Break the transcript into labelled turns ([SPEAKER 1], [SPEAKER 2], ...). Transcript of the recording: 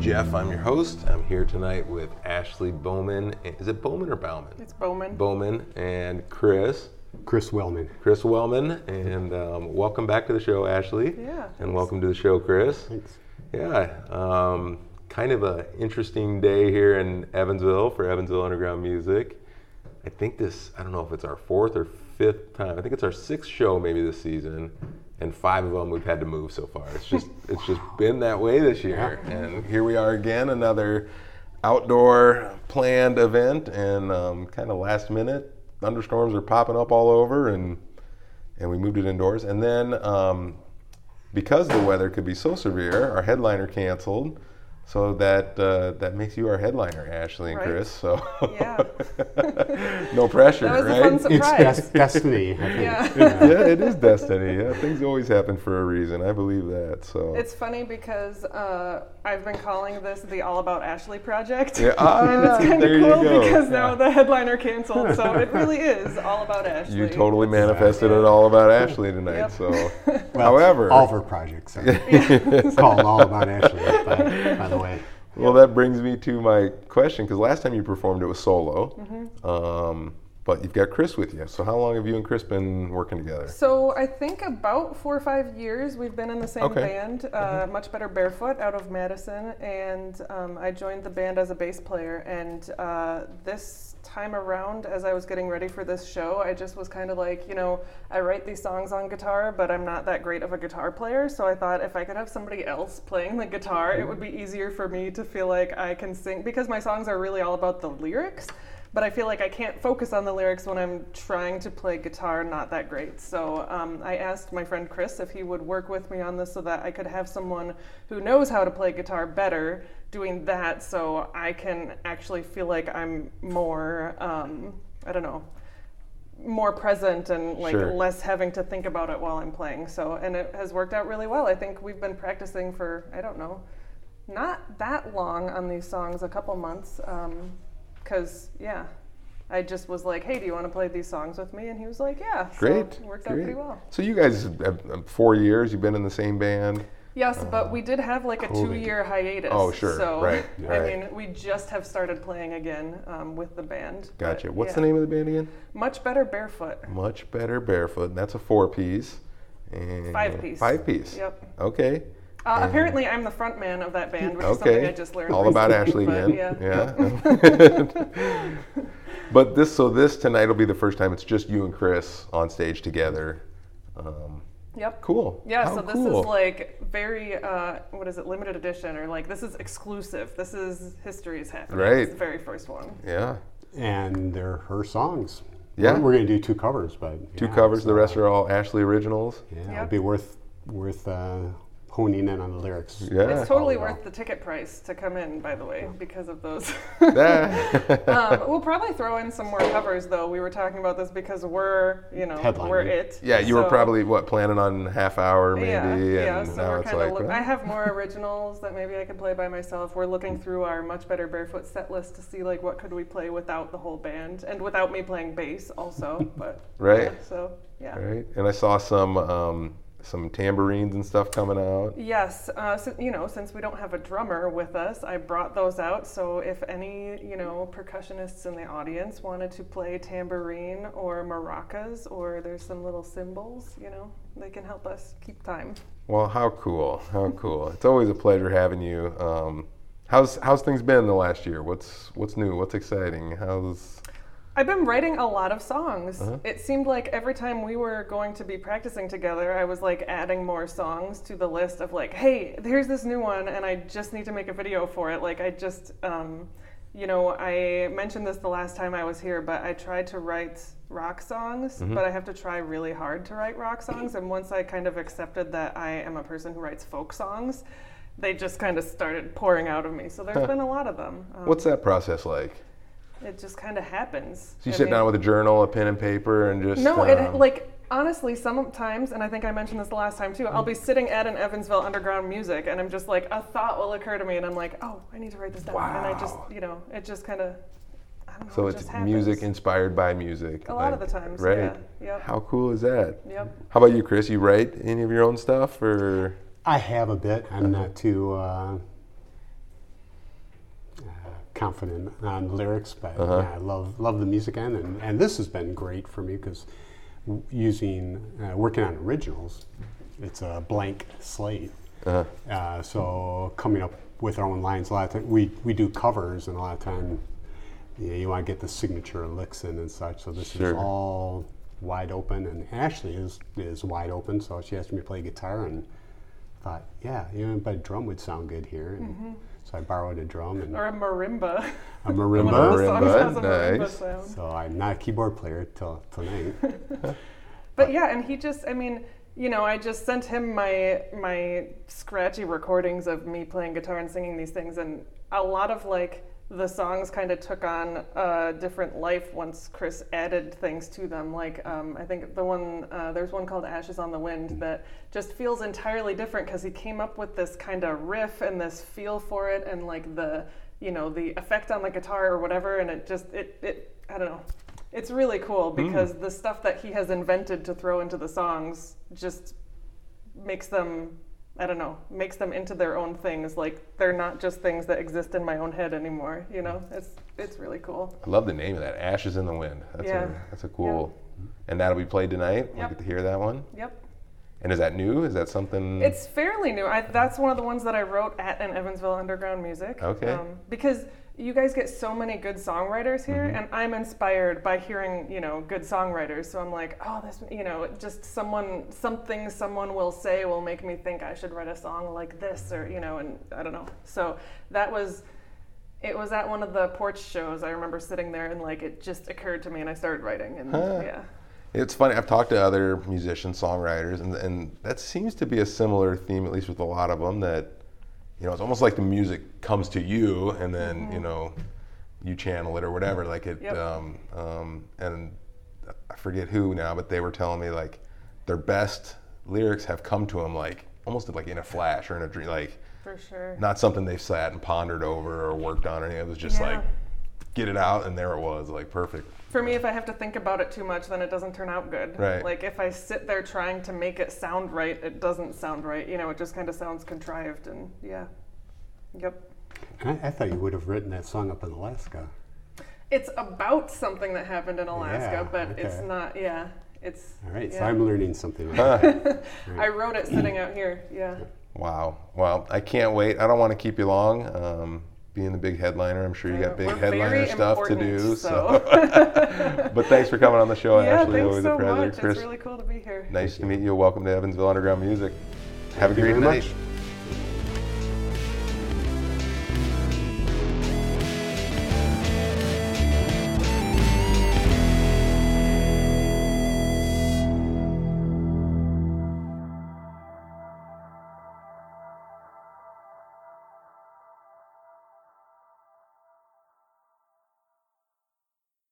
[SPEAKER 1] your host. I'm here tonight with Ashley Bowman. Is it Bowman or Bauman?
[SPEAKER 2] It's Bowman.
[SPEAKER 1] Bowman and Chris,
[SPEAKER 3] Chris Wellman.
[SPEAKER 1] Chris Wellman, and um, welcome back to the show, Ashley.
[SPEAKER 2] Yeah,
[SPEAKER 1] And welcome to the show, Chris.
[SPEAKER 3] Thanks.
[SPEAKER 1] Yeah, um, kind of an interesting day here in Evansville for Evansville Underground Music. I think this, I don't know if it's our fourth or fifth time. I think it's our sixth show maybe this season, and five of them we've had to move so far. It's just, it's just been that way this year, and here we are again, another outdoor planned event, and um, kind of last minute. Thunderstorms are popping up all over, and and we moved it indoors. And then um, because the weather could be so severe, our headliner canceled. So that uh, that makes you our headliner, Ashley and
[SPEAKER 2] Right.
[SPEAKER 1] Chris. So
[SPEAKER 2] Yeah.
[SPEAKER 1] no pressure,
[SPEAKER 2] That was
[SPEAKER 1] right?
[SPEAKER 2] a fun
[SPEAKER 3] It's
[SPEAKER 2] surprise.
[SPEAKER 3] des- destiny. I think.
[SPEAKER 2] Yeah.
[SPEAKER 1] yeah, it is destiny. Yeah, things always happen for a reason. I believe that. So
[SPEAKER 2] It's funny because uh, I've been calling this the All About Ashley project.
[SPEAKER 1] Yeah, ah,
[SPEAKER 2] and it's kind
[SPEAKER 1] there
[SPEAKER 2] of
[SPEAKER 1] you
[SPEAKER 2] cool
[SPEAKER 1] go.
[SPEAKER 2] because
[SPEAKER 1] Yeah.
[SPEAKER 2] now the headliner canceled, so it really is all about Ashley.
[SPEAKER 1] you totally manifested it all about Ashley tonight.
[SPEAKER 2] Yep.
[SPEAKER 1] So,
[SPEAKER 3] Well,
[SPEAKER 1] however,
[SPEAKER 3] all of our projects are called All About Ashley, by, by the way.
[SPEAKER 1] Well, that brings me to my question because last time you performed, it was solo.
[SPEAKER 2] Mm-hmm.
[SPEAKER 1] Um, but you've got Chris with you. So, how long have you and Chris been working together?
[SPEAKER 2] So I think about four or five years we've been in the same
[SPEAKER 1] Okay.
[SPEAKER 2] band, uh, Much Better Barefoot out of Madison, and um, I joined the band as a bass player. And uh, this time around, as I was getting ready for this show, I just was kind of like, you know, I write these songs on guitar, but I'm not that great of a guitar player. So I thought if I could have somebody else playing the guitar, it would be easier for me to feel like I can sing because my songs are really all about the lyrics but I feel like I can't focus on the lyrics when I'm trying to play guitar not that great. So um, I asked my friend Chris if he would work with me on this so that I could have someone who knows how to play guitar better doing that so I can actually feel like I'm more, um, I don't know, more present and like
[SPEAKER 1] Sure.
[SPEAKER 2] less having to think about it while I'm playing. So, and it has worked out really well. I think we've been practicing for, I don't know, not that long on these songs, a couple months. um, Because, yeah, I just was like, hey, do you want to play these songs with me? And he was like, yeah. So
[SPEAKER 1] Great.
[SPEAKER 2] it worked out
[SPEAKER 1] great.
[SPEAKER 2] pretty well.
[SPEAKER 1] So, you guys, have, uh, four years, you've been in the same band.
[SPEAKER 2] Yes, but we did have like a
[SPEAKER 3] COVID.
[SPEAKER 2] two year hiatus.
[SPEAKER 1] Oh, sure,
[SPEAKER 2] So,
[SPEAKER 1] right,
[SPEAKER 2] I
[SPEAKER 1] right.
[SPEAKER 2] mean, we just have started playing again um, with the band. but
[SPEAKER 1] Gotcha. What's
[SPEAKER 2] yeah.
[SPEAKER 1] the name of the band again?
[SPEAKER 2] Much Better Barefoot.
[SPEAKER 1] Much Better Barefoot. And that's a four piece. And
[SPEAKER 2] Five piece.
[SPEAKER 1] Five piece.
[SPEAKER 2] Yep.
[SPEAKER 1] Okay.
[SPEAKER 2] Uh, apparently, I'm the front man of that band, which is
[SPEAKER 1] okay.
[SPEAKER 2] something I just learned.
[SPEAKER 1] All about Ashley
[SPEAKER 2] recently,
[SPEAKER 1] again.
[SPEAKER 2] but Yeah.
[SPEAKER 1] yeah. but this, so this tonight will be the first time it's just you and Chris on stage together. Um,
[SPEAKER 2] Yep.
[SPEAKER 1] Cool.
[SPEAKER 2] Yeah,
[SPEAKER 1] How
[SPEAKER 2] so this
[SPEAKER 1] cool.
[SPEAKER 2] is like very, uh, what is it, limited edition, or like this is exclusive. This is history's happening.
[SPEAKER 1] Right.
[SPEAKER 2] It's the very first one.
[SPEAKER 1] yeah.
[SPEAKER 3] And they're her songs.
[SPEAKER 1] Yeah.
[SPEAKER 3] We're, going to do two covers, but.
[SPEAKER 1] Two
[SPEAKER 3] yeah,
[SPEAKER 1] covers.
[SPEAKER 3] so-
[SPEAKER 1] The rest are all Ashley originals.
[SPEAKER 3] Yeah,
[SPEAKER 2] Yep.
[SPEAKER 3] it'd be worth, worth uh, honing in on the lyrics.
[SPEAKER 1] Yeah.
[SPEAKER 2] It's totally
[SPEAKER 3] Oh,
[SPEAKER 2] worth
[SPEAKER 3] wow.
[SPEAKER 2] the ticket price to come in, by the way, because of those.
[SPEAKER 1] Yeah.
[SPEAKER 2] um, we'll probably throw in some more covers, though. We were talking about this because we're, you know, we're
[SPEAKER 3] Headlining.
[SPEAKER 2] it.
[SPEAKER 1] yeah. You were
[SPEAKER 2] so-
[SPEAKER 1] probably what planning on half hour maybe,
[SPEAKER 2] Yeah, yeah.
[SPEAKER 1] and
[SPEAKER 2] So
[SPEAKER 1] now
[SPEAKER 2] we're
[SPEAKER 1] it's
[SPEAKER 2] kind
[SPEAKER 1] like
[SPEAKER 2] of. Look,
[SPEAKER 1] well,
[SPEAKER 2] I have more originals that maybe I could play by myself. We're
[SPEAKER 1] Mm.
[SPEAKER 2] looking through our much better barefoot set list to see like what could we play without the whole band and without me playing bass also. But
[SPEAKER 1] Right.
[SPEAKER 2] yeah, so yeah.
[SPEAKER 1] all right. And I saw some um, some tambourines and stuff coming out.
[SPEAKER 2] Yes, uh, si- you know, since we don't have a drummer with us, I brought those out. So if any, you know, percussionists in the audience wanted to play tambourine or maracas or there's some little cymbals, you know, they can help us keep time.
[SPEAKER 1] Well, how cool! How cool! It's always a pleasure having you. Um, how's how's things been the last year? What's what's new? What's exciting? How's
[SPEAKER 2] I've been writing a lot of songs.
[SPEAKER 1] Uh-huh.
[SPEAKER 2] It seemed like every time we were going to be practicing together, I was like adding more songs to the list of like, hey, here's this new one, and I just need to make a video for it. Like, I just, um, you know, I mentioned this the last time I was here, but I tried to write rock songs,
[SPEAKER 1] Mm-hmm.
[SPEAKER 2] but I have to try really hard to write rock songs. And once I kind of accepted that I am a person who writes folk songs, they just kind of started pouring out of me. So there's been a lot of them. Um,
[SPEAKER 1] what's that process like?
[SPEAKER 2] it just kind of happens.
[SPEAKER 1] So you
[SPEAKER 2] I
[SPEAKER 1] sit
[SPEAKER 2] mean-
[SPEAKER 1] down with a journal, a pen and paper, and just
[SPEAKER 2] no, it
[SPEAKER 1] um,
[SPEAKER 2] like honestly, sometimes, and I think I mentioned this the last time too. I'll
[SPEAKER 1] Mm.
[SPEAKER 2] be sitting at an Evansville underground music, and I'm just like a thought will occur to me, and I'm like, oh, I need to write this down, and I just,
[SPEAKER 1] Wow.
[SPEAKER 2] you know, it just kind of, I don't know.
[SPEAKER 1] so
[SPEAKER 2] it
[SPEAKER 1] it's
[SPEAKER 2] just happens.
[SPEAKER 1] music inspired by music.
[SPEAKER 2] A lot of
[SPEAKER 1] like,
[SPEAKER 2] the times,
[SPEAKER 1] right?
[SPEAKER 2] yeah, yep.
[SPEAKER 1] How cool is that?
[SPEAKER 2] Yep.
[SPEAKER 1] How about you, Chris? You write any of your own stuff, or
[SPEAKER 3] I have a bit. I'm not too. Uh, confident on lyrics, but yeah, I love love the music end, and, and this has been great for me because using uh, working on originals, it's a blank slate. uh so coming up with our own lines a lot of time, we we do covers, and a lot of time, you, you want to get the signature licks in and such. So this is
[SPEAKER 1] Sure.
[SPEAKER 3] all wide open, and Ashley is is wide open. So she asked me to play guitar and. Thought, yeah, you know, but a drum would sound good here, and so I borrowed a drum and
[SPEAKER 2] Mm-hmm. Or a marimba. One
[SPEAKER 3] a
[SPEAKER 2] of
[SPEAKER 3] marimba.
[SPEAKER 2] the songs
[SPEAKER 1] Marimba,
[SPEAKER 2] has a marimba
[SPEAKER 1] nice.
[SPEAKER 2] sound.
[SPEAKER 3] So I'm not a keyboard player till tonight.
[SPEAKER 2] But yeah, and he just, I mean, you know, I just sent him my my scratchy recordings of me playing guitar and singing these things, and a lot of like the songs kind of took on a different life once Chris added things to them. Like um, I think the one uh, there's one called Ashes on the Wind that just feels entirely different because he came up with this kind of riff and this feel for it, and like the you know the effect on the guitar or whatever, and it just it it I don't know. It's really cool because the stuff that he has invented to throw into the songs just makes them I don't know, makes them into their own things. Like they're not just things that exist in my own head anymore, you know? It's it's really cool.
[SPEAKER 1] I love the name of that. Ashes in the Wind. That's
[SPEAKER 2] Yeah.
[SPEAKER 1] a that's a cool. And that'll be played tonight. We'll
[SPEAKER 2] Yep.
[SPEAKER 1] get to hear that one.
[SPEAKER 2] Yep.
[SPEAKER 1] And is that new? Is that something?
[SPEAKER 2] It's fairly new. I, that's one of the ones that I wrote at an Evansville Underground Music. Um,
[SPEAKER 1] Okay.
[SPEAKER 2] because you guys get so many good songwriters here, and I'm inspired by hearing you know good songwriters. So I'm like, oh, this you know just someone something someone will say will make me think I should write a song like this or you know, and I don't know. So that was. It was at one of the porch shows. I remember sitting there and like it just occurred to me, and I started writing. And yeah,
[SPEAKER 1] It's funny. I've talked to other musicians, songwriters, and, and that seems to be a similar theme, at least with a lot of them. That you know, it's almost like the music comes to you, and then you know, you channel it or whatever. Like it.
[SPEAKER 2] Mm-hmm. Yep.
[SPEAKER 1] Um, um, and I forget who now, but they were telling me like their best lyrics have come to them like almost like in a flash or in a dream, like
[SPEAKER 2] for sure.
[SPEAKER 1] not something they've sat and pondered over or worked on or anything. It was just
[SPEAKER 2] Yeah.
[SPEAKER 1] like get it out, and there it was, like perfect.
[SPEAKER 2] For me, if I have to think about it too much, then it doesn't turn out good.
[SPEAKER 1] Right.
[SPEAKER 2] Like if I sit there trying to make it sound right, it doesn't sound right. You know, it just kind of sounds contrived and yeah. Yep.
[SPEAKER 3] And I, I thought you would have written that song up in Alaska.
[SPEAKER 2] It's about something that happened in Alaska,
[SPEAKER 3] Yeah,
[SPEAKER 2] but it's
[SPEAKER 3] okay.
[SPEAKER 2] not, yeah. It's,
[SPEAKER 3] All right, so
[SPEAKER 2] Yeah.
[SPEAKER 3] I'm learning something.
[SPEAKER 2] I wrote it sitting out here. Yeah.
[SPEAKER 1] Wow. Well, I can't wait. I don't want to keep you long. Um, being the big headliner, I'm sure you got big
[SPEAKER 2] We're
[SPEAKER 1] headliner
[SPEAKER 2] very
[SPEAKER 1] stuff to do.
[SPEAKER 2] important,
[SPEAKER 1] So. but thanks for coming on the show,
[SPEAKER 2] yeah,
[SPEAKER 1] Ashley.
[SPEAKER 2] thanks
[SPEAKER 1] Always
[SPEAKER 2] so
[SPEAKER 1] a pleasure.
[SPEAKER 2] much.
[SPEAKER 1] Chris,
[SPEAKER 2] It's really cool to be here.
[SPEAKER 1] nice to meet you. Welcome to Evansville Underground Music. Have a
[SPEAKER 3] you
[SPEAKER 1] great
[SPEAKER 3] very
[SPEAKER 1] night.
[SPEAKER 3] much.